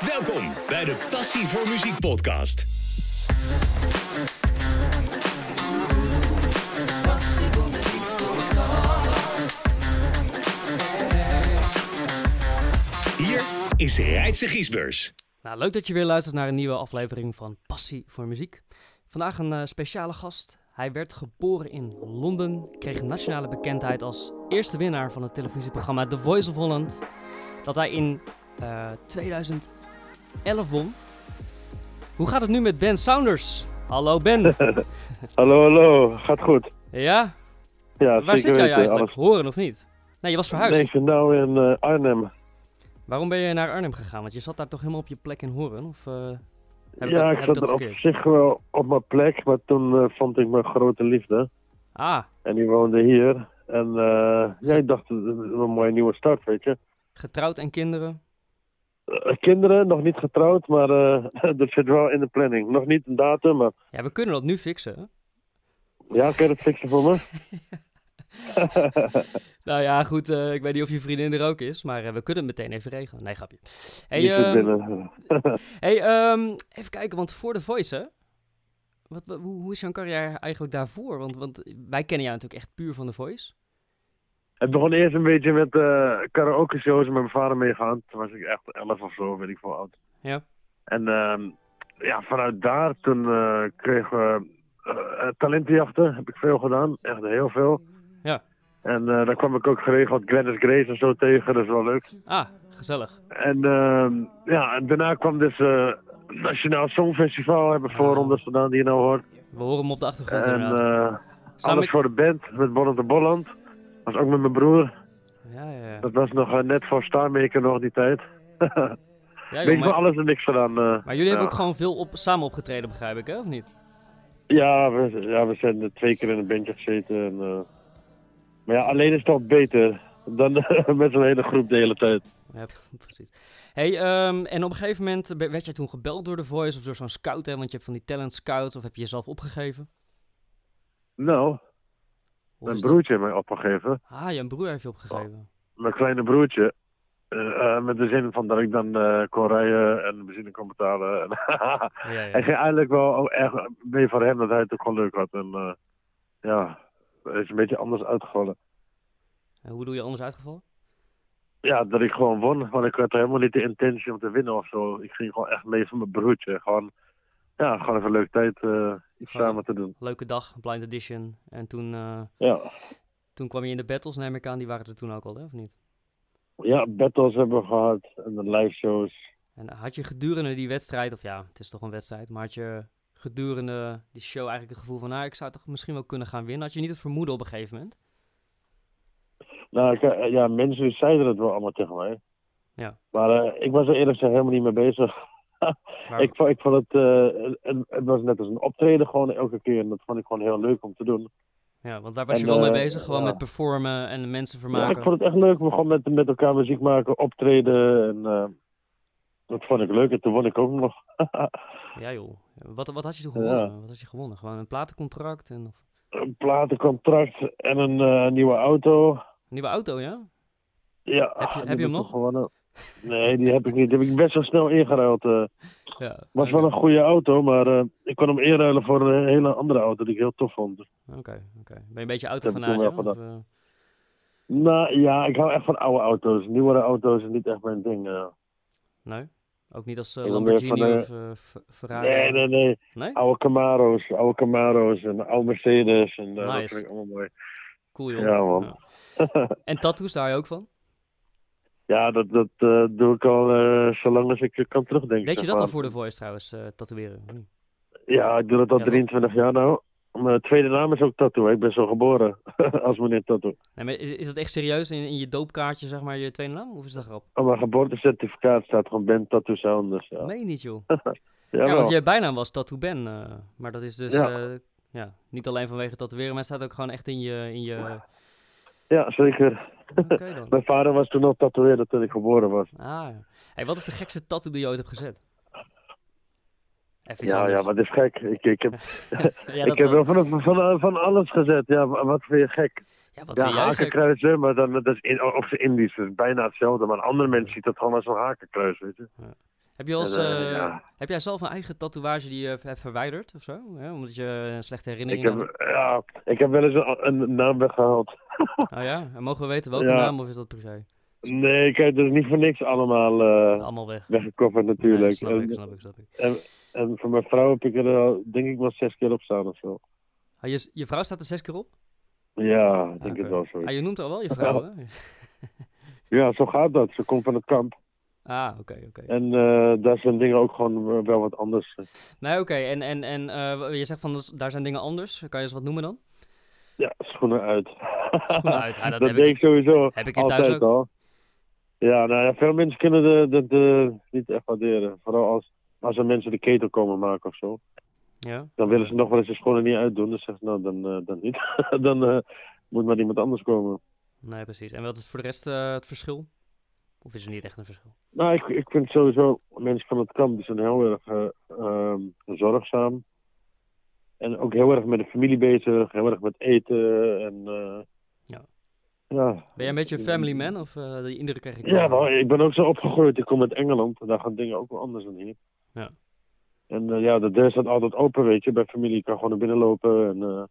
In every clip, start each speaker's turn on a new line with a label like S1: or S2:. S1: Welkom bij de Passie voor Muziek podcast. Hier is Rijtse Giesbeurs.
S2: Nou, leuk dat je weer luistert naar een nieuwe aflevering van Passie voor Muziek. Vandaag een eh, speciale gast. Hij werd geboren in Londen, kreeg nationale bekendheid als eerste winnaar van het televisieprogramma The Voice of Holland. Dat hij in eh, 2011 won. Hoe gaat het nu met Ben Saunders? Hallo Ben.
S3: Hallo, hallo. Gaat goed.
S2: Ja?
S3: Ja,
S2: Waar
S3: zeker
S2: zit jij
S3: weten.
S2: eigenlijk?
S3: Alles-
S2: Horen of niet? Nee, je was verhuisd.
S3: Nee, ik zit nou in eh, Arnhem.
S2: Waarom ben je naar Arnhem gegaan? Want je zat daar toch helemaal op je plek in Horen? Of eh, heb ik
S3: ja,
S2: dat,
S3: ik
S2: heb
S3: zat
S2: dat
S3: er op
S2: verkeerd?
S3: zich wel op mijn plek, maar toen eh, vond ik mijn grote liefde.
S2: Ah,
S3: En die woonde hier. En eh, ja, ik dacht, eh, een mooie nieuwe start, weet je.
S2: getrouwd en kinderen?
S3: Eh, kinderen, nog niet getrouwd, maar eh, dat zit wel in de planning. Nog niet een datum, maar
S2: Ja, we kunnen dat nu fixen.
S3: ja, kun je dat fixen voor me?
S2: Nou ja, goed, eh, ik weet niet of je vriendin er ook is, maar eh, we kunnen het meteen even regelen. Nee, grapje. Hey,
S3: Die zit
S2: ehm,
S3: binnen.
S2: hey ehm, even kijken, want voor de Voice, hè? Wat, wat- hoe, hoe is jouw carrière eigenlijk daarvoor? Want, want wij kennen jou natuurlijk echt puur van de Voice.
S3: Het begon eerst een beetje met eh karaoke shows met mijn vader meegaan. Toen was ik echt 11 of zo, weet ik veel oud.
S2: Ja.
S3: En ehm, ja, vanuit daar toen eh, kregen we eh, talentenjachten. Heb ik veel gedaan, echt heel veel.
S2: Ja.
S3: En eh, daar kwam ik ook geregeld Gladys Grace en zo tegen, dat is wel leuk.
S2: Ah, gezellig.
S3: En ehm, ja, en daarna kwam dus eh Nationaal Songfestival, hebben we voorrondes gedaan die je nou hoort.
S2: We horen hem op de achtergrond
S3: En
S2: inderdaad.
S3: eh
S2: Samen
S3: Alles
S2: met-
S3: voor de Band met Bolland de Bolland. Was ook met mijn broer.
S2: Ja, ja, ja.
S3: Dat was nog eh, net voor Starmaker nog die tijd.
S2: ja
S3: Weet
S2: joh,
S3: ik wel
S2: maar,
S3: alles en niks gedaan. eh.
S2: maar jullie hebben
S3: Ja.
S2: ook gewoon veel op, samen opgetreden, begrijp ik, hè? Of niet?
S3: Ja, we, ja, we zijn er twee keer in een bandje gezeten. En, eh, Maar ja, alleen is het toch beter dan met zo'n hele groep de hele tijd.
S2: Ja, precies. Hey, ehm, en op een gegeven moment be- werd jij toen gebeld door de Voice of door zo'n scout, hè? Want je hebt van die talent scouts, of heb je jezelf opgegeven?
S3: Nou,
S2: Of
S3: mijn Oh.
S2: is dat-
S3: broertje heeft mij opgegeven.
S2: Ah, je broer heeft je opgegeven.
S3: Mijn kleine broertje. Eh, eh, met de zin van dat ik dan eh, kon rijden en benzine kon betalen. En
S2: Ja, ja,
S3: hij ging eigenlijk wel echt mee voor hem dat hij het ook gewoon leuk had. En eh, ja, het is een beetje anders uitgevallen.
S2: En hoe doe je anders uitgevallen?
S3: Ja, dat ik gewoon won. Want ik had helemaal niet de intentie om te winnen of zo. Ik ging gewoon echt mee van mijn broertje. Gewoon, ja, gewoon even een leuke tijd eh, iets
S2: Gewoon-
S3: samen te doen.
S2: Leuke dag, Blind Edition. En toen, eh,
S3: Ja.
S2: toen kwam je in de battles, neem ik aan. Die waren er toen ook al, hè, of niet?
S3: ja, battles hebben we gehad. En de live shows.
S2: En had je gedurende die wedstrijd, of ja, het is toch een wedstrijd, maar had je gedurende die show eigenlijk het gevoel van, nou, ik zou toch misschien wel kunnen gaan winnen? Had je niet het vermoeden op een gegeven moment?
S3: Nou, ik, eh, ja, mensen zeiden het wel allemaal tegen mij.
S2: Ja.
S3: Maar eh, ik was er eerlijk gezegd helemaal niet mee bezig.
S2: Maar-
S3: Ik, vond- ik vond het, eh, het, het was net als een optreden gewoon elke keer. En dat vond ik gewoon heel leuk om te doen.
S2: Ja, want daar was
S3: En,
S2: je wel mee
S3: eh,
S2: bezig, gewoon
S3: ja.
S2: met performen en mensen
S3: Ja, ik
S2: vermaken.
S3: vond het echt leuk. We gewoon met, met elkaar muziek maken, optreden. En eh, dat vond ik leuk. En toen won ik ook nog.
S2: Ja, joh. Wat, wat had je toen gewonnen? Wat had je gewonnen? Gewoon een platencontract en of...
S3: een platencontract en een eh, nieuwe auto.
S2: een nieuwe auto, ja?
S3: Ja,
S2: Heb je-
S3: die
S2: heb je hem
S3: moeten
S2: nog?
S3: gewonnen. Nee, die heb ik niet. Die heb ik best wel snel ingeruild. eh.
S2: Oh, Ja.
S3: was wel een goede auto, maar eh, ik kon hem inruilen voor een hele andere auto die ik heel tof vond.
S2: Oké, oké. Ben je een beetje
S3: toen
S2: autofanaat,
S3: wel
S2: ja? Of, eh,
S3: Nou ja, ik hou echt van oude auto's. Nieuwere auto's is niet echt mijn ding. eh.
S2: Nee? Ook niet als eh,
S3: Ik wil meer van
S2: Lamborghini
S3: de-
S2: of eh, F- Ferrari?
S3: Nee, nee, nee.
S2: Nee?
S3: Oude Camaro's, oude Camaro's en oude Mercedes. En, eh,
S2: Nice.
S3: Dat vind ik allemaal mooi.
S2: Cool, joh.
S3: Ja, man.
S2: Ja. En tattoos, daar hou je ook van?
S3: Ja, dat, dat eh, doe ik al eh, zolang als ik kan terugdenken.
S2: Deed je
S3: zeg
S2: dat al
S3: maar.
S2: voor de voice trouwens, eh, tatoeëren? of niet?
S3: Ja, ik doe dat al
S2: Ja, toch?
S3: 23 jaar nou. Mijn tweede naam is ook Tattoo. Ik ben zo geboren als meneer Tattoo.
S2: Nee, maar is, is dat echt serieus in, in je doopkaartje, zeg maar, je tweede naam? Of is dat grap?
S3: Op mijn geboortecertificaat staat gewoon Ben Tattoo Saunders. Ja.
S2: Nee, niet joh. Ja,
S3: Jawel.
S2: want je bijnaam was Tattoo Ben. eh, maar dat is dus
S3: Ja.
S2: eh, ja, niet alleen vanwege tatoeëren, maar het staat ook gewoon echt in je... In je...
S3: ja, zeker.
S2: Oké dan.
S3: Mijn vader was toen al tatoeëerder toen ik geboren was.
S2: Ah, ja. hey, wat is de gekste tattoo die je ooit hebt gezet? Even iets
S3: Ja, ja,
S2: anders.
S3: maar dat is gek. Ik, ik heb,
S2: ja,
S3: ik
S2: dat
S3: heb
S2: dan.
S3: wel van, van, van alles gezet. Ja, wa- wat vind je gek?
S2: Ja, wat
S3: Ja,
S2: vind jij gek?
S3: hakenkruisen, maar dan, dat is in, of ze Indisch. Dat is bijna hetzelfde. Maar een andere mens ziet dat gewoon als een hakenkruis, weet je.
S2: Heb, je als,
S3: En, eh,
S2: eh,
S3: ja.
S2: heb jij zelf een eigen tatoeage die je hebt verwijderd of zo? Hè, Omdat je een slechte
S3: Ik
S2: herinnering
S3: heb, ja, ik heb wel eens een, een naam weggehaald.
S2: had? Oh ja? En mogen we weten welke
S3: Ja. Eh,
S2: naam of is dat privé?
S3: Nee, kijk, dat is niet voor niks allemaal eh
S2: Allemaal weg.
S3: weggekofferd
S2: Nee,
S3: natuurlijk.
S2: snap
S3: en,
S2: ik, snap ik, snap ik.
S3: en voor mijn vrouw heb ik er al, denk ik wel zes keer op staan of zo.
S2: Ah, je, je vrouw staat er zes keer op?
S3: Ja, ik denk
S2: oké.
S3: het wel zo.
S2: Ah, je noemt al wel je vrouw, hè?
S3: Ja, zo gaat dat. Ze komt van het kamp.
S2: Ah, oké, oké.
S3: En eh, daar zijn dingen ook gewoon eh, wel wat anders.
S2: Nee, oké. En, en, en eh, je zegt van, dus daar zijn dingen anders. Kan je eens wat noemen dan?
S3: Ja, schoenen uit.
S2: Schoenen uit, ja, dat
S3: dat
S2: heb
S3: deed
S2: ik-
S3: ik sowieso
S2: heb ik hier thuis
S3: altijd
S2: ook.
S3: al. Ja, nou ja, veel mensen kunnen dat de, de, niet echt waarderen. Vooral als, als er mensen de ketel komen maken of zo.
S2: Ja.
S3: Dan willen ze nog wel eens de schoenen niet uitdoen. Dan zeggen ze, nou, dan, eh, dan niet. dan eh, moet maar iemand anders komen.
S2: Nee, precies. En wat is voor de rest eh, het verschil? Of is er niet echt een verschil?
S3: Nou, ik, ik vind sowieso, mensen van het kamp die zijn heel erg eh, ehm, zorgzaam. En ook heel erg met de familie bezig, heel erg met eten. En, eh,
S2: Ja.
S3: ja.
S2: Ben jij een beetje een family man? Of eh die indruk krijg ik
S3: Ja,
S2: wel?
S3: nou, ik ben ook zo opgegroeid. Ik kom uit Engeland. en Daar gaan dingen ook wel anders dan hier.
S2: Ja.
S3: En eh, ja, de deur staat altijd open, weet je. Bij familie ik kan gewoon naar binnen lopen. En, eh,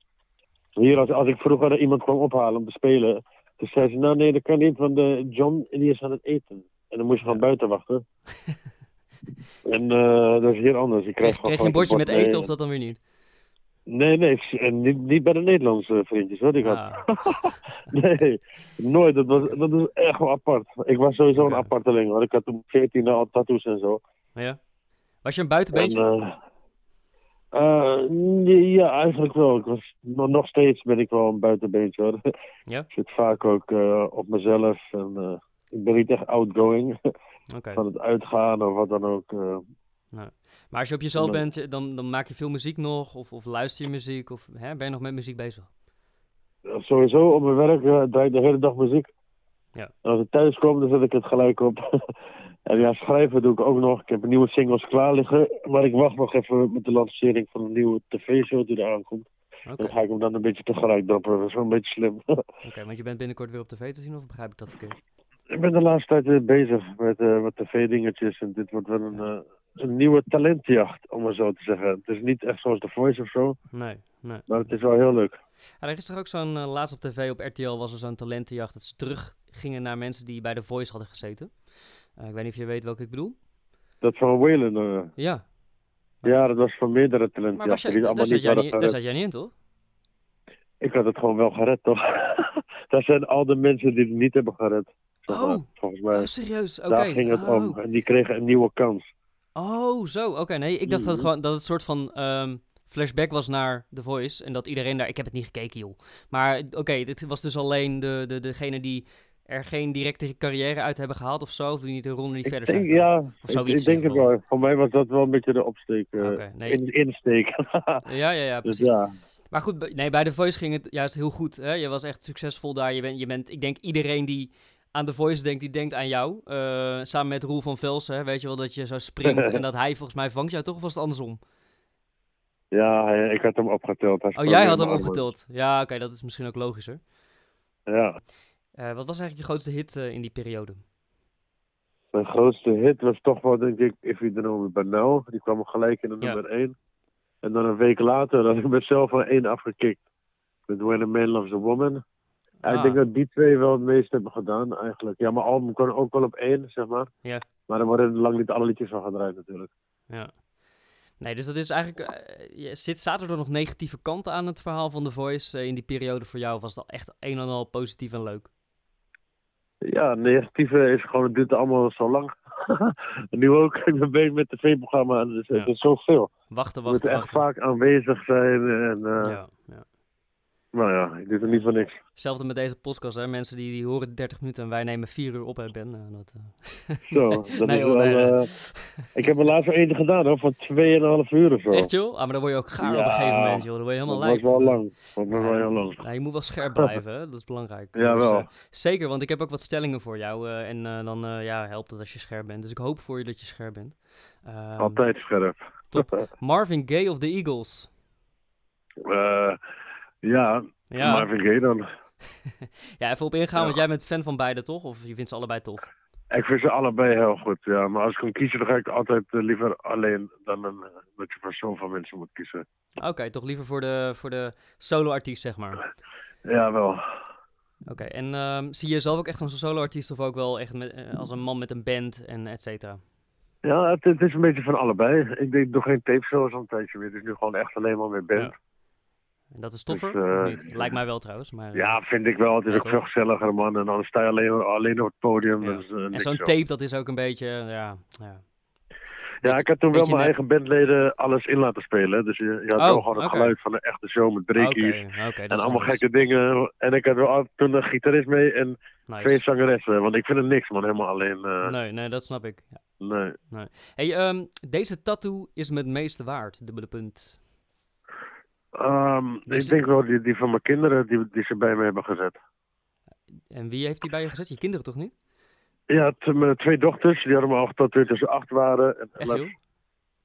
S3: hier, als, als ik vroeger iemand kwam ophalen om te spelen... Toen zei ze, nou nee, dat kan niet, want de John die is aan het eten. En dan moest je gewoon buiten wachten. en eh, dat is hier anders. Ik krijg,
S2: Kreeg,
S3: gewoon
S2: kreeg je een bordje
S3: gewoon
S2: met
S3: een bord
S2: eten
S3: mee.
S2: of dat dan weer niet?
S3: Nee, nee. ik- En niet, niet bij de Nederlandse vriendjes, hoor. Die had.
S2: Ah,
S3: Nee, nooit. Dat, was, dat is echt wel apart. Ik was sowieso
S2: Oké.
S3: een aparteling hoor. Ik had toen 14 al tattoos en zo.
S2: ja. Was je een buitenbeentje?
S3: En, eh, eh, nee, ja, eigenlijk wel. Ik was, nog, nog steeds ben ik wel een buitenbeentje hoor.
S2: Ja?
S3: Ik zit vaak ook eh, op mezelf. En, eh, ik ben niet echt outgoing
S2: Oké.
S3: van het uitgaan of wat dan ook. eh.
S2: Maar als je op jezelf
S3: Ja.
S2: bent, eh, dan, dan maak je veel muziek nog. Of, of luister je muziek. Of hè, ben je nog met muziek bezig?
S3: sowieso op mijn werk eh, draai ik de hele dag muziek.
S2: Ja.
S3: En als ik thuis kom, dan zet ik het gelijk op. en ja, schrijven doe ik ook nog. Ik heb nieuwe singles klaar liggen. Maar ik wacht nog even met de lancering van een nieuwe tv-show die er aankomt.
S2: Oké,
S3: Dan ga ik hem dan een beetje tegelijk droppen. Dat is wel een beetje slim.
S2: Oké, want je bent binnenkort weer op tv te zien. Of begrijp ik dat verkeerd?
S3: ik ben de laatste tijd weer bezig met eh, wat tv-dingetjes. En dit wordt wel een, eh, een nieuwe talentjacht, om maar zo te zeggen. Het is niet echt zoals The Voice of zo.
S2: Nee, nee.
S3: Maar het is wel heel leuk.
S2: Ja, er is toch ook zo'n, eh, laatst op tv op RTL was er zo'n talentenjacht dat ze terug gingen naar mensen die bij The Voice hadden gezeten. Eh, ik weet niet of je weet welke ik bedoel.
S3: Dat van Whalen. eh,
S2: Ja,
S3: ja, dat was van meerdere talentjachten.
S2: maar was je,
S3: die
S2: daar,
S3: allemaal
S2: zat
S3: niet
S2: jij
S3: waren
S2: niet, dus daar zat
S3: gered.
S2: jij niet in, toch?
S3: Ik had het gewoon wel gered, toch? dat zijn al de mensen die het niet hebben gered. zeg maar,
S2: Oh.
S3: volgens mij.
S2: Oh, serieus? Oké.
S3: Daar ging het
S2: oh.
S3: om. En die kregen een nieuwe kans.
S2: Oh, zo. Oké, nee, ik dacht dat het,
S3: Mhm.
S2: gewoon, dat het soort van ehm, flashback was naar The Voice. En dat iedereen daar... Ik heb het niet gekeken, joh. Maar oké, dit was dus alleen de, de, degene die er geen directe carrière uit hebben gehaald of zo. Of die niet de ronde niet
S3: Ik
S2: verder
S3: denk,
S2: zijn.
S3: ja,
S2: Of zoiets
S3: ik,
S2: in
S3: ik denk
S2: ieder
S3: het
S2: geval.
S3: wel. Voor mij was dat wel een beetje de opsteek. eh,
S2: Oké, nee.
S3: in, insteek.
S2: Ja, ja, ja,
S3: dus
S2: precies.
S3: ja.
S2: Maar goed, bij- nee, bij The Voice ging het juist heel goed. Hè? Je was echt succesvol daar. Je bent, je bent, ik denk iedereen die aan The Voice denkt, die denkt aan jou. Eh, samen met Roel van Velsen, hè? weet je wel, dat je zo springt en dat hij volgens mij vangt jou toch? Of was het andersom?
S3: ja, hij- ik had hem opgeteld. Hij
S2: Oh,
S3: sprong
S2: jij
S3: in
S2: had hem
S3: mijn armen.
S2: opgetild. Ja, oké, dat is misschien ook logischer.
S3: Ja.
S2: Eh, wat was eigenlijk je grootste hit eh, in die periode?
S3: Mijn grootste hit was toch wel, denk ik, If You Don't Know Me By Now. Die kwam gelijk in de
S2: Ja.
S3: nummer 1. En dan een week later had ik mezelf al één afgekikt. Met When a Man Loves a Woman. Ja,
S2: Ah.
S3: Ik denk dat die twee wel het meest hebben gedaan, eigenlijk. Ja, mijn album kwam ook wel op één, zeg maar.
S2: Ja.
S3: Maar er worden lang niet alle liedjes van gedraaid, natuurlijk.
S2: Ja. Nee, dus dat is eigenlijk. eh, je- zit, zaten er nog negatieve kanten aan het verhaal van The Voice eh, in die periode voor jou? Of was dat echt een en al positief en leuk?
S3: Ja, negatieve is gewoon, het duurt allemaal zo lang. En nu ook, ik ben bezig met tv-programma, en dus,
S2: Ja.
S3: het is zoveel.
S2: Wachten,
S3: Je moet
S2: wachten,
S3: echt
S2: wachten.
S3: vaak aanwezig zijn. En, eh,
S2: Ja, ja.
S3: Nou ja, ik doe er niet voor niks.
S2: Hetzelfde met deze podcast, hè? Mensen die, die horen 30 minuten en wij nemen 4 uur op, hè, Ben? Eh, dat, eh,
S3: Zo, dat
S2: nee,
S3: is
S2: joh,
S3: wel,
S2: nee, nee.
S3: eh, Ik heb er laatst wel eentje gedaan, hoor, van 2,5 uur of zo.
S2: Echt, joh? Ah, maar dan word je ook gaar op een
S3: Ja,
S2: gegeven moment, joh. Dan word je
S3: dat
S2: helemaal
S3: was
S2: lijp.
S3: wel lang. Dat was wel
S2: Ja.
S3: heel lang.
S2: Nou, je moet wel scherp blijven, hè? dat is belangrijk. Dus,
S3: Jawel.
S2: eh, zeker, want ik heb ook wat stellingen voor jou. eh, en eh, dan eh, ja, helpt het als je scherp bent. Dus ik hoop voor je dat je scherp bent. Ehm,
S3: Altijd scherp.
S2: Top. Marvin Gaye of de Eagles?
S4: Eh, ja,
S2: Ja,
S4: Marvin Gaye dan.
S2: ja even op ingaan, want jij bent fan van beide toch? Of je vindt ze allebei tof?
S4: Ik vind ze allebei heel goed, ja. Maar als ik kan kiezen, dan ga ik altijd eh, liever alleen dan een, eh, dat je voor zoveel mensen moet kiezen.
S2: Oké, toch liever voor de, voor de solo-artiest, zeg maar.
S4: Jawel.
S2: Oké, en ehm, zie je jezelf ook echt als een solo-artiest of ook wel echt met, eh, als een man met een band en et cetera?
S4: Ja, het, het is een beetje van allebei. Ik deed nog geen tape shows al een tijdje meer. Het is nu gewoon echt alleen maar met band.
S2: En dat is toffer?
S4: Dus, eh,
S2: of niet? Lijkt mij wel trouwens. Maar, eh,
S4: Ja, vind ik wel. Het is
S2: Ja,
S4: ook
S2: toch?
S4: veel gezelliger, man. En dan sta je alleen, alleen op het podium.
S2: Ja.
S4: Dat is, eh,
S2: en
S4: niks
S2: zo'n
S4: joh.
S2: tape, dat is ook een beetje, eh, ja. ja.
S4: Ja, ik had toen wel
S2: beetje
S4: mijn
S2: nep.
S4: eigen bandleden alles in laten spelen. Dus je, je had
S2: Oh,
S4: wel gewoon het
S2: oké.
S4: geluid van een echte show met
S2: Oké,
S4: breakies.
S2: oké, dat
S4: En
S2: is
S4: allemaal
S2: anders.
S4: gekke dingen. En ik had wel al- toen een gitarist mee en
S2: Nice.
S4: twee zangeressen. Want ik vind het niks, man. Helemaal alleen. eh,
S2: Nee, nee, dat snap ik. Ja.
S4: nee.
S2: Hey, ehm, deze tattoo is me het meeste waard, dubbele punt.
S4: Ehm,
S2: Dus-
S4: Ik denk wel die, die van mijn kinderen die, die ze bij me hebben gezet.
S2: En wie heeft die bij je gezet? Je kinderen toch niet?
S4: Ja, t- mijn twee dochters, die hadden me al getatoeëerd toen ze acht waren. En,
S2: Echt, joh?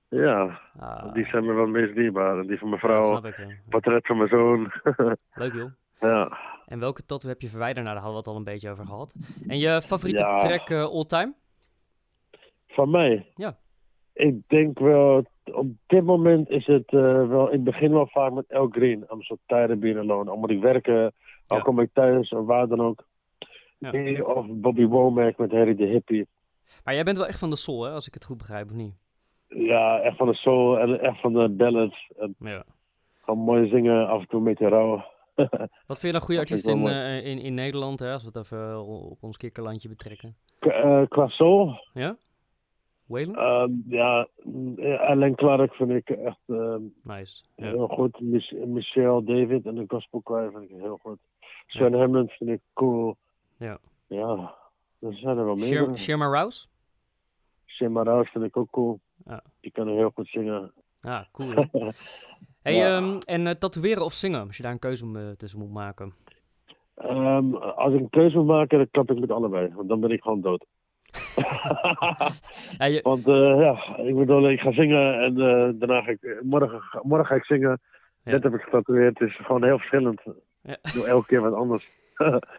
S4: ja,
S2: Ah,
S4: die zijn me wel het meest dierbaar. En die van mijn
S2: dat
S4: vrouw,
S2: snap ik, ja.
S4: portret van mijn zoon.
S2: Leuk, joh.
S4: ja.
S2: En welke tattoo heb je verwijderd? Nou, daar hadden we het al een beetje over gehad. En je favoriete
S4: Ja.
S2: track eh, all time?
S3: Van mij?
S2: Ja.
S3: Ik denk wel, op dit moment is het eh, wel, ik begin wel vaak met El Green. I'm so tired of being alone. Al moet ik werken, al
S2: Ja.
S3: kom ik thuis, of waar dan ook.
S2: Ja.
S3: Die Of Bobby Womack met Harry de Hippie.
S2: Maar jij bent wel echt van de soul, hè? Als ik het goed begrijp, of niet?
S3: Ja, echt van de soul en echt van de ballads. En
S2: Ja.
S3: gewoon mooi zingen, af en toe een beetje rauw.
S2: Wat vind je een goede
S3: Dat vind
S2: artiest
S3: ik
S2: in,
S3: wel
S2: eh, in, in Nederland, hè? Als we het even eh, op ons kikkerlandje betrekken.
S3: K- eh, qua soul,
S2: Ja? Waylon?
S3: eh, ja, Alan Clark vind ik echt eh,
S2: nice. Ja.
S3: heel goed. Mich- Michelle David en de Gospel Choir vind ik heel goed. Sean Hammond vind ik cool.
S2: Ja.
S3: Ja, er zijn er wel
S2: Sher-
S3: meer.
S2: Sherma Rouse?
S3: Shema Rouse vind ik ook cool.
S2: Ja.
S3: Die kan heel goed zingen.
S2: Ah, cool. hè? Hey,
S3: Ja.
S2: ehm, en eh, tatoeëren of zingen? Als je daar een keuze om, eh, tussen moet maken.
S3: Ehm, als ik een keuze moet maken, dan kap ik met allebei. Want dan ben ik gewoon dood.
S2: Ja, je-
S3: Want eh, ja, ik bedoel, ik ga zingen en eh, daarna ga ik, eh, morgen, ga- morgen ga ik zingen.
S2: Ja.
S3: Net heb ik getatoeëerd. Het is gewoon heel verschillend.
S2: Ja.
S3: Ik doe elke keer wat anders.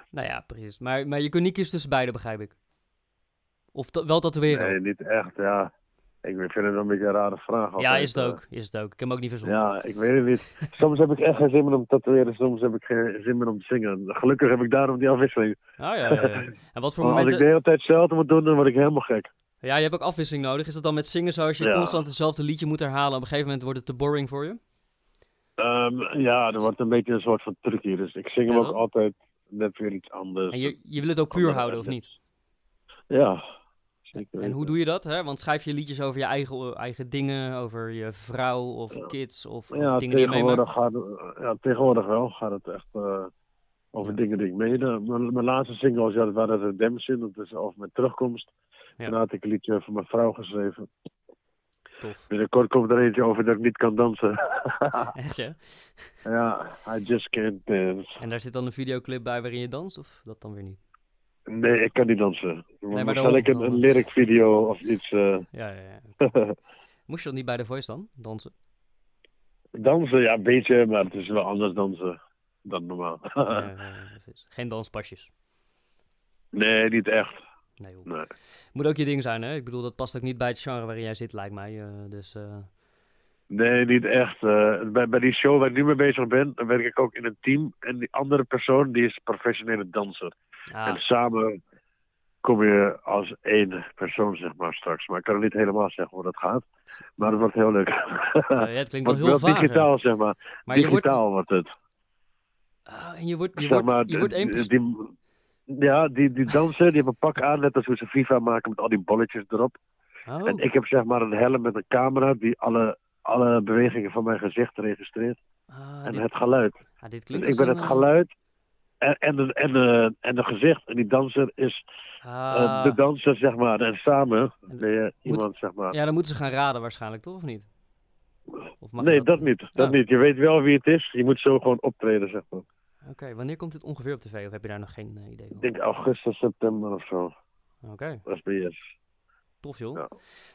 S2: nou ja, precies. Maar, maar je kunt niet kiezen tussen beide, begrijp ik. Of ta- wel tatoeëren?
S4: Nee, niet echt, ja. Ik vind het wel een beetje een rare vraag.
S2: ja,
S4: altijd,
S2: is het
S4: eh.
S2: ook. Is het ook. Ik heb hem ook niet verzonnen.
S4: Ja, ik weet het niet.
S3: Soms heb ik echt geen zin meer om te tatoeëren. Soms heb ik geen zin meer om te zingen. Gelukkig heb ik daarom die afwisseling.
S2: Ah, ja, ja, ja. En wat voor
S3: Want als Oh, ik
S2: momenten...
S3: de hele tijd hetzelfde moet doen, dan word ik helemaal gek.
S2: Ja, je hebt ook afwisseling nodig. Is dat dan met zingen zo als je
S4: Ja.
S2: constant hetzelfde liedje moet herhalen? Op een gegeven moment wordt het te boring voor je?
S3: Ehm, ja, er wordt een beetje een soort van truc hier. Dus ik zing hem
S2: Ja,
S3: ook
S2: toch?
S3: altijd net weer iets anders.
S2: En je, je wil het ook puur
S3: Andere
S2: houden, of
S3: outlets.
S2: niet?
S3: Ja. Zeker
S2: En hoe
S3: weten.
S2: doe je dat? Hè? Want schrijf je liedjes over je eigen, eh, eigen dingen, over je vrouw of kids of, of
S3: ja,
S2: dingen die je meemaakt?
S3: tegenwoordig gaat, ja, tegenwoordig wel gaat het echt eh, over dingen die ik meede. Mijn, mijn laatste singles ja, dat waren Redemption, dat is over mijn terugkomst.
S2: Ja.
S3: En Daarna had ik een liedje voor mijn vrouw geschreven.
S2: Tof.
S3: Binnenkort komt er eentje over dat ik niet kan dansen.
S2: Echt, hè?
S3: ja, I just can't dance.
S2: En daar zit dan een videoclip bij waarin je danst? Of dat dan weer niet?
S3: Nee, ik kan niet dansen.
S2: maar
S3: Nee, maar
S2: daarom,
S3: ik een,
S2: daarom.
S3: een lyric video of iets eh,
S2: Ja, ja, ja. Moest je dat niet bij de voice dan? Dansen?
S3: dansen? Ja, een beetje, maar het is wel anders dansen dan normaal.
S2: Ja, ja, ja, precies. Geen danspasjes.
S3: nee, niet echt.
S2: Nee, joh.
S4: Nee.
S2: Moet ook je ding zijn, hè? Ik bedoel, dat past ook niet bij het genre waarin jij zit, lijkt mij. eh, dus eh,
S4: Nee, niet echt. eh. bij, bij die show waar ik nu mee bezig ben, dan werk ik ook in een team. En die andere persoon, die is professionele danser. En
S2: ah,
S4: samen kom je als één persoon, zeg maar, straks. Maar ik kan het niet helemaal zeggen hoe dat gaat. Maar het wordt heel leuk.
S2: eh, ja, het klinkt wel
S4: wordt
S2: heel
S4: wel
S2: vaag. hè?
S4: digitaal, zeg maar.
S2: Maar je wordt,
S4: digitaal wordt het.
S2: Ah, en je wordt, je
S4: Zeg
S2: wordt,
S4: maar, eh,
S2: je wordt één persoon.
S4: die, ja, die, die dansen, die hebben een pak aan, net als hoe ze FIFA maken met al die bolletjes erop.
S2: Oh,
S4: eh, En ik heb zeg maar een helm met een camera die alle, alle bewegingen van mijn gezicht registreert.
S2: ah,
S4: en
S2: dit,
S4: het geluid.
S2: ah, dit
S4: Dus
S2: klinkt
S4: ik
S2: als
S4: ben
S2: een,
S4: het geluid en, en, de- en, de- en het gezicht. En die danser is
S2: eh,
S4: eh,
S2: ah,
S4: de danser, zeg maar. En samen
S2: En-
S4: ben je iemand, zeg maar.
S2: ja, dan moeten ze gaan raden waarschijnlijk, toch? Of niet? Of mag
S4: nee,
S2: je
S4: dat, niet. Dat
S2: Ja.
S4: niet. Je weet wel wie het is. Je moet zo gewoon optreden, zeg maar.
S2: Oké, wanneer komt dit ongeveer op tv? Of heb je daar nog geen eh, idee van?
S4: Ik denk augustus, september of zo.
S2: Oké,
S4: SBS.
S2: Tof joh.
S3: Ja.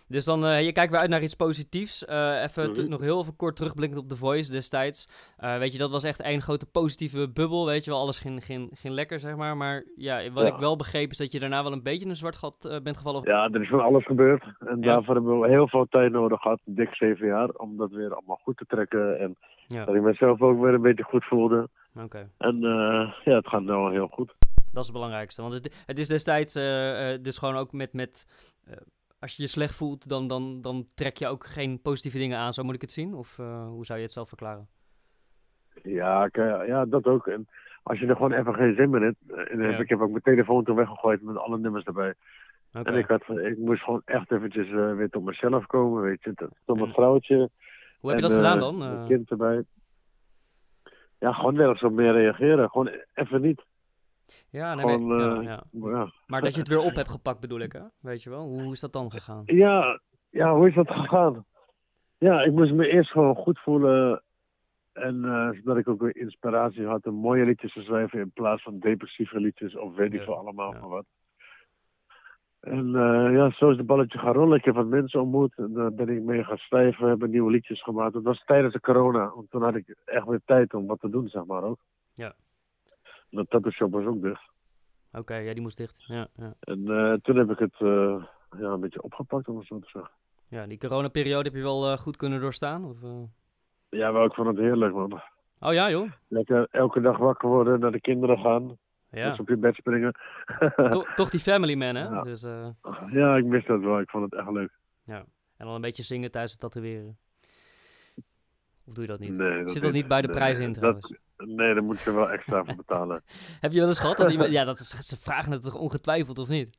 S2: Dus dan, eh, je kijkt weer uit naar iets positiefs. Eh, even te-
S3: Mhm.
S2: nog heel even kort terugblikkend op The Voice destijds. Eh, weet je, dat was echt één grote positieve bubbel. Weet je wel, alles ging, ging, ging lekker, zeg maar. Maar ja, wat
S3: Ja.
S2: ik wel begreep is dat je daarna wel een beetje in een zwart gat eh, bent gevallen. Of-
S3: Ja, er is van alles gebeurd. En
S2: Ja.
S3: daarvoor hebben we heel veel tijd nodig gehad, dik zeven jaar, om dat weer allemaal goed te trekken. En
S2: Ja.
S3: dat ik mezelf ook weer een beetje goed voelde.
S2: Oké,
S3: En eh, ja, het gaat nu al heel goed.
S2: dat is het belangrijkste. Want het, het is destijds eh, eh, dus gewoon ook met... met eh, als je je slecht voelt, dan, dan, dan trek je ook geen positieve dingen aan. Zo moet ik het zien? Of eh, hoe zou je het zelf verklaren?
S3: Ja, ik, eh, ja, dat ook. En als je er gewoon even geen zin meer in hebt. En, eh,
S2: Ja.
S3: Ik heb ook mijn telefoon toen weggegooid met alle nummers erbij.
S2: Oké.
S3: En ik, had, ik moest gewoon echt eventjes eh, weer tot mezelf komen, weet je. Tot- Tot mijn
S2: En-
S3: vrouwtje.
S2: Hoe heb je
S3: en,
S2: dat gedaan
S3: eh,
S2: dan?
S3: mijn
S2: Eh,
S3: kind erbij. Ja, gewoon nergens op meer reageren. Gewoon even niet.
S2: ja, nee,
S3: gewoon,
S2: nee, ja,
S3: eh,
S2: ja.
S3: Ja,
S2: Maar dat je het weer op hebt gepakt bedoel ik, hè? Weet je wel? Hoe, hoe is dat dan gegaan?
S3: Ja, ja, hoe is dat gegaan? Ja, ik moest me eerst gewoon goed voelen. En eh, zodat ik ook weer inspiratie had om mooie liedjes te schrijven in plaats van depressieve liedjes of weet ik
S2: Ja,
S3: veel allemaal
S2: ja.
S3: van wat. En eh, ja, zo is de balletje gaan rollen. Ik heb wat mensen ontmoet en daar ben ik mee gaan schrijven, hebben nieuwe liedjes gemaakt. Dat was tijdens de corona, want toen had ik echt weer tijd om wat te doen, zeg maar ook.
S2: Ja.
S3: De tattoo shop was ook dicht.
S2: Oké, ja, die moest dicht. Ja, ja.
S3: dus. En eh, toen heb ik het eh, ja, een beetje opgepakt, om het zo te zeggen.
S2: ja die coronaperiode heb je wel eh, goed kunnen doorstaan? Of, eh?
S3: Ja, maar ik vond het heerlijk, man.
S2: Oh ja, joh.
S3: Lekker elke dag wakker worden, naar de kinderen gaan,
S2: Ja.
S3: eens op je bed springen.
S2: To- toch die family man, hè?
S3: Ja.
S2: Dus, eh,
S3: ja, ik mis dat wel. Ik vond het echt leuk.
S2: en dan een beetje zingen tijdens het tatoeëren. Of doe je dat niet?
S3: Nee,
S2: Zit dat
S3: is-
S2: niet bij de
S3: nee,
S2: prijs in
S3: dat-
S2: trouwens?
S3: Nee, daar moet je wel extra voor betalen.
S2: Heb je wel eens gehad dat iemand... Ja, dat is, ze vragen het toch ongetwijfeld of niet?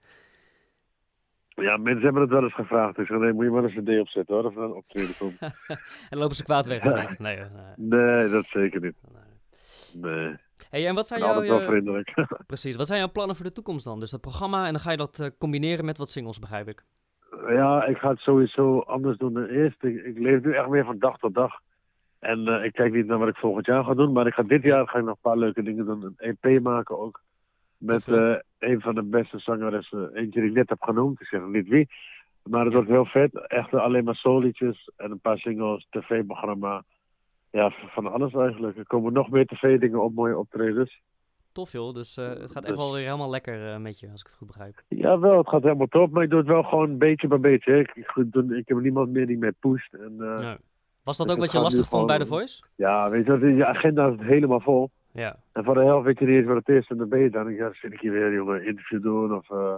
S3: Ja, mensen hebben het wel eens gevraagd. Ik zeg, nee, moet je maar eens een D opzetten hoor, of dan optreden komt.
S2: En lopen ze kwaad weg of niet? Nee, hoor, nee,
S3: Nee, dat zeker niet.
S2: nee.
S3: Nee, ik
S2: Nou, Hey, en wat zijn
S3: ben
S2: jouw...
S3: altijd Nou, wel
S2: eh,
S3: vriendelijk.
S2: precies, wat zijn jouw plannen voor de toekomst dan? Dus dat programma en dan ga je dat eh, combineren met wat singles, begrijp ik.
S3: Ja, ik ga het sowieso anders doen dan eerst. Ik, ik leef nu echt meer van dag tot dag. En eh, ik kijk niet naar wat ik volgend jaar ga doen. Maar ik ga dit jaar ga ik nog een paar leuke dingen doen. Een EP maken ook. Met
S2: Tof, hè?
S3: eh, een van de beste zangeressen. Eentje die ik net heb genoemd. Ik zeg niet wie. Maar het wordt heel vet. Echt eh, alleen maar soulliedjes. En een paar singles. TV-programma. Ja, v- van alles eigenlijk. Er komen nog meer tv-dingen op. Mooie optredens.
S2: Tof joh, dus eh, het gaat echt
S3: Dus-
S2: wel weer helemaal lekker eh, met je, als ik het goed begrijp.
S3: Jawel, het gaat helemaal top. Maar ik doe het wel gewoon beetje bij beetje. hè. Ik, ik, doe- ik heb niemand meer die mij pusht. En, eh,
S2: Ja. Was dat
S3: dus
S2: ook
S3: het
S2: wat je
S3: gaat
S2: lastig
S3: nu
S2: vond bij The
S3: gewoon-
S2: Voice?
S3: Ja, weet je, wat, je agenda is helemaal vol.
S2: Ja,
S3: En voor de helft weet je niet eens wat het is en dan ben je dan. Ja, zit ik hier weer, jongen, interview doen of... eh,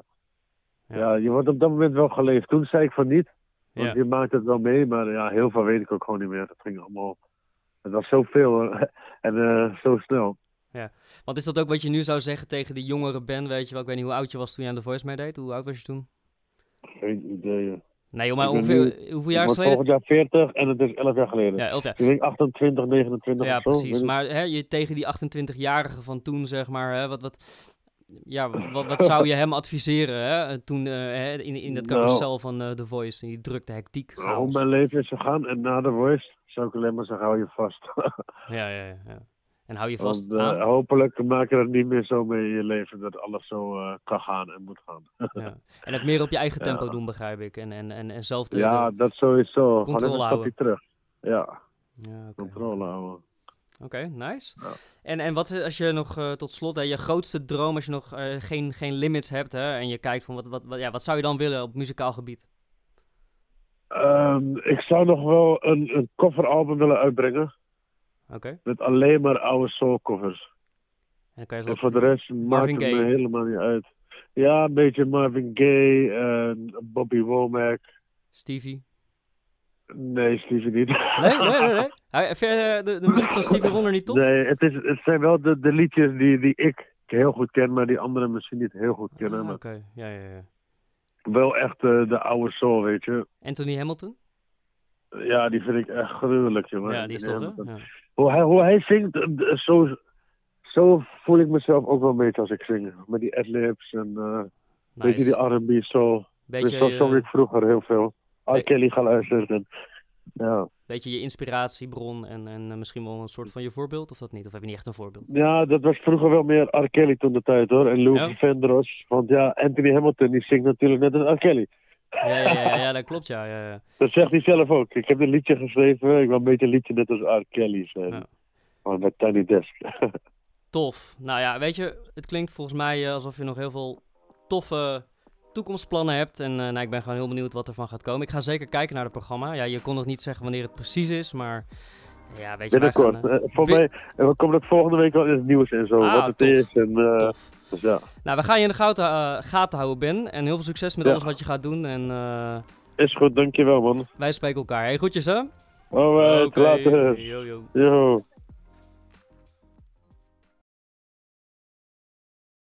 S2: Ja.
S3: ja. je wordt op dat moment wel geleefd. Toen zei ik van niet, want
S2: ja.
S3: je maakt het wel mee, maar ja, heel veel weet ik ook gewoon niet meer. Dat ging allemaal... Het was zoveel eh, en eh, zo snel.
S2: Want is dat ook wat je nu zou zeggen tegen die jongere band, weet je wel? Ik weet niet hoe oud je was toen je aan The Voice meedeed. Hoe oud was je toen?
S3: Geen idee. joh.
S2: Nee joh, maar
S3: Ik ben
S2: ongeveer, hoeveel
S3: Ik
S2: jaar is
S3: word
S2: geleden?
S3: volgend jaar 40 en het is 11 jaar geleden.
S2: Ja, elf jaar.
S3: Ik denk 28, 29
S2: Ja,
S3: of zo. weet
S2: precies.
S3: ik.
S2: Maar hè, je, tegen die 28-jarige van toen, zeg maar, hè, wat, wat, ja, wat, wat- wat zou je hem adviseren hè? eh, toen eh, hè, in, in dat
S3: Nou.
S2: carousel van eh The Voice, in die drukte, hectiek,
S3: Maar Hoe
S2: chaos.
S3: mijn leven is gegaan en na de voice zou ik alleen maar zeggen, hou je vast.
S2: Ja, ja, ja, ja. En hou je vast
S3: Want, eh,
S2: aan.
S3: hopelijk maak je dat niet meer zo mee in je leven dat alles zo eh, kan gaan en moet gaan.
S2: Ja. En het meer op je eigen
S3: Ja.
S2: tempo doen, begrijp ik. En, en, en, en zelf de...
S3: ja,
S2: de-
S3: dat sowieso. Gewoon
S2: Controle
S3: even een stapje
S2: houden.
S3: terug. Ja,
S2: ja oké.
S3: controle houden.
S2: Oké, nice.
S3: Ja.
S2: En, en wat is- als je nog eh, tot slot, hè, je grootste droom als je nog eh, geen, geen limits hebt hè, en je kijkt van wat, wat, wat, ja, wat zou je dan willen op muzikaal gebied?
S3: Ehm, ik zou nog wel een, een coveralbum willen uitbrengen
S2: Oké,
S3: met alleen maar oude soulcovers.
S2: en dan kan je zo
S3: En voor de rest maakt
S2: Marvin
S3: het
S2: Gaye.
S3: me helemaal niet uit. Ja, een beetje Marvin Gaye, en Bobby Womack.
S2: Stevie.
S3: Nee, Stevie niet.
S2: Nee, nee, nee. nee. Hij- Vind je eh, de, de muziek van Stevie Wonder niet tof?
S3: Nee, het, is, het zijn wel de, de liedjes die, die ik heel goed ken, maar die anderen misschien niet heel goed kennen.
S2: Ah,
S3: maar-
S2: Oké, ja, ja, ja.
S3: wel echt eh, de oude soul, weet je.
S2: Anthony Hamilton?
S3: Ja, die vind ik echt gruwelijk, jongen.
S2: ja, die is tof, hè? Ja.
S3: Hoe hij, hoe hij zingt, eh, d- zo, zo voel ik mezelf ook wel een beetje als ik zing. Met die adlibs en eh, weet je,
S2: Nice.
S3: die R&B soul. dus
S2: Beetje,
S3: dat zong
S2: eh,
S3: ik vroeger heel veel. R.
S2: Nee.
S3: Kelly geluisterd en... Ja.
S2: beetje je inspiratiebron en, en eh, misschien wel een soort van je voorbeeld, of dat niet? Of heb je niet echt een voorbeeld?
S3: ja, dat was vroeger wel meer R. Kelly toen de tijd hoor. En Louis
S2: Ja?
S3: Vendros. Want ja, Anthony Hamilton die zingt natuurlijk net als R. Kelly.
S2: Ja, ja, ja, ja, dat klopt, ja. ja, ja.
S3: Dat zegt hij zelf ook. Ik heb een liedje geschreven. Ik wil een beetje een liedje net als R. Kelly's. En,
S2: Ja.
S3: Maar met Tiny Desk.
S2: Tof. Nou ja, weet je, het klinkt volgens mij eh, alsof je nog heel veel toffe toekomstplannen hebt. En eh, nou, ik ben gewoon heel benieuwd wat er van gaat komen. Ik ga zeker kijken naar het programma. Ja, je kon nog niet zeggen wanneer het precies is, maar ja, weet je, wij gaan,
S3: Binnenkort.
S2: eh,
S3: Eh, voor
S2: Bin-
S3: mij eh, dan komt het volgende week al in het nieuws en zo.
S2: Ah,
S3: wat het
S2: tof.
S3: is. En, eh,
S2: tof.
S3: dus ja.
S2: Nou, we gaan je in de gaten, eh, gaten houden, Ben. En heel veel succes met
S3: Ja.
S2: alles wat je gaat doen. En eh,
S3: Is goed, dankjewel man.
S2: wij spreken elkaar. Hey, groetjes, hè?
S3: Alright,
S2: Oké.
S3: later.
S2: Yo, yo.
S3: Yo.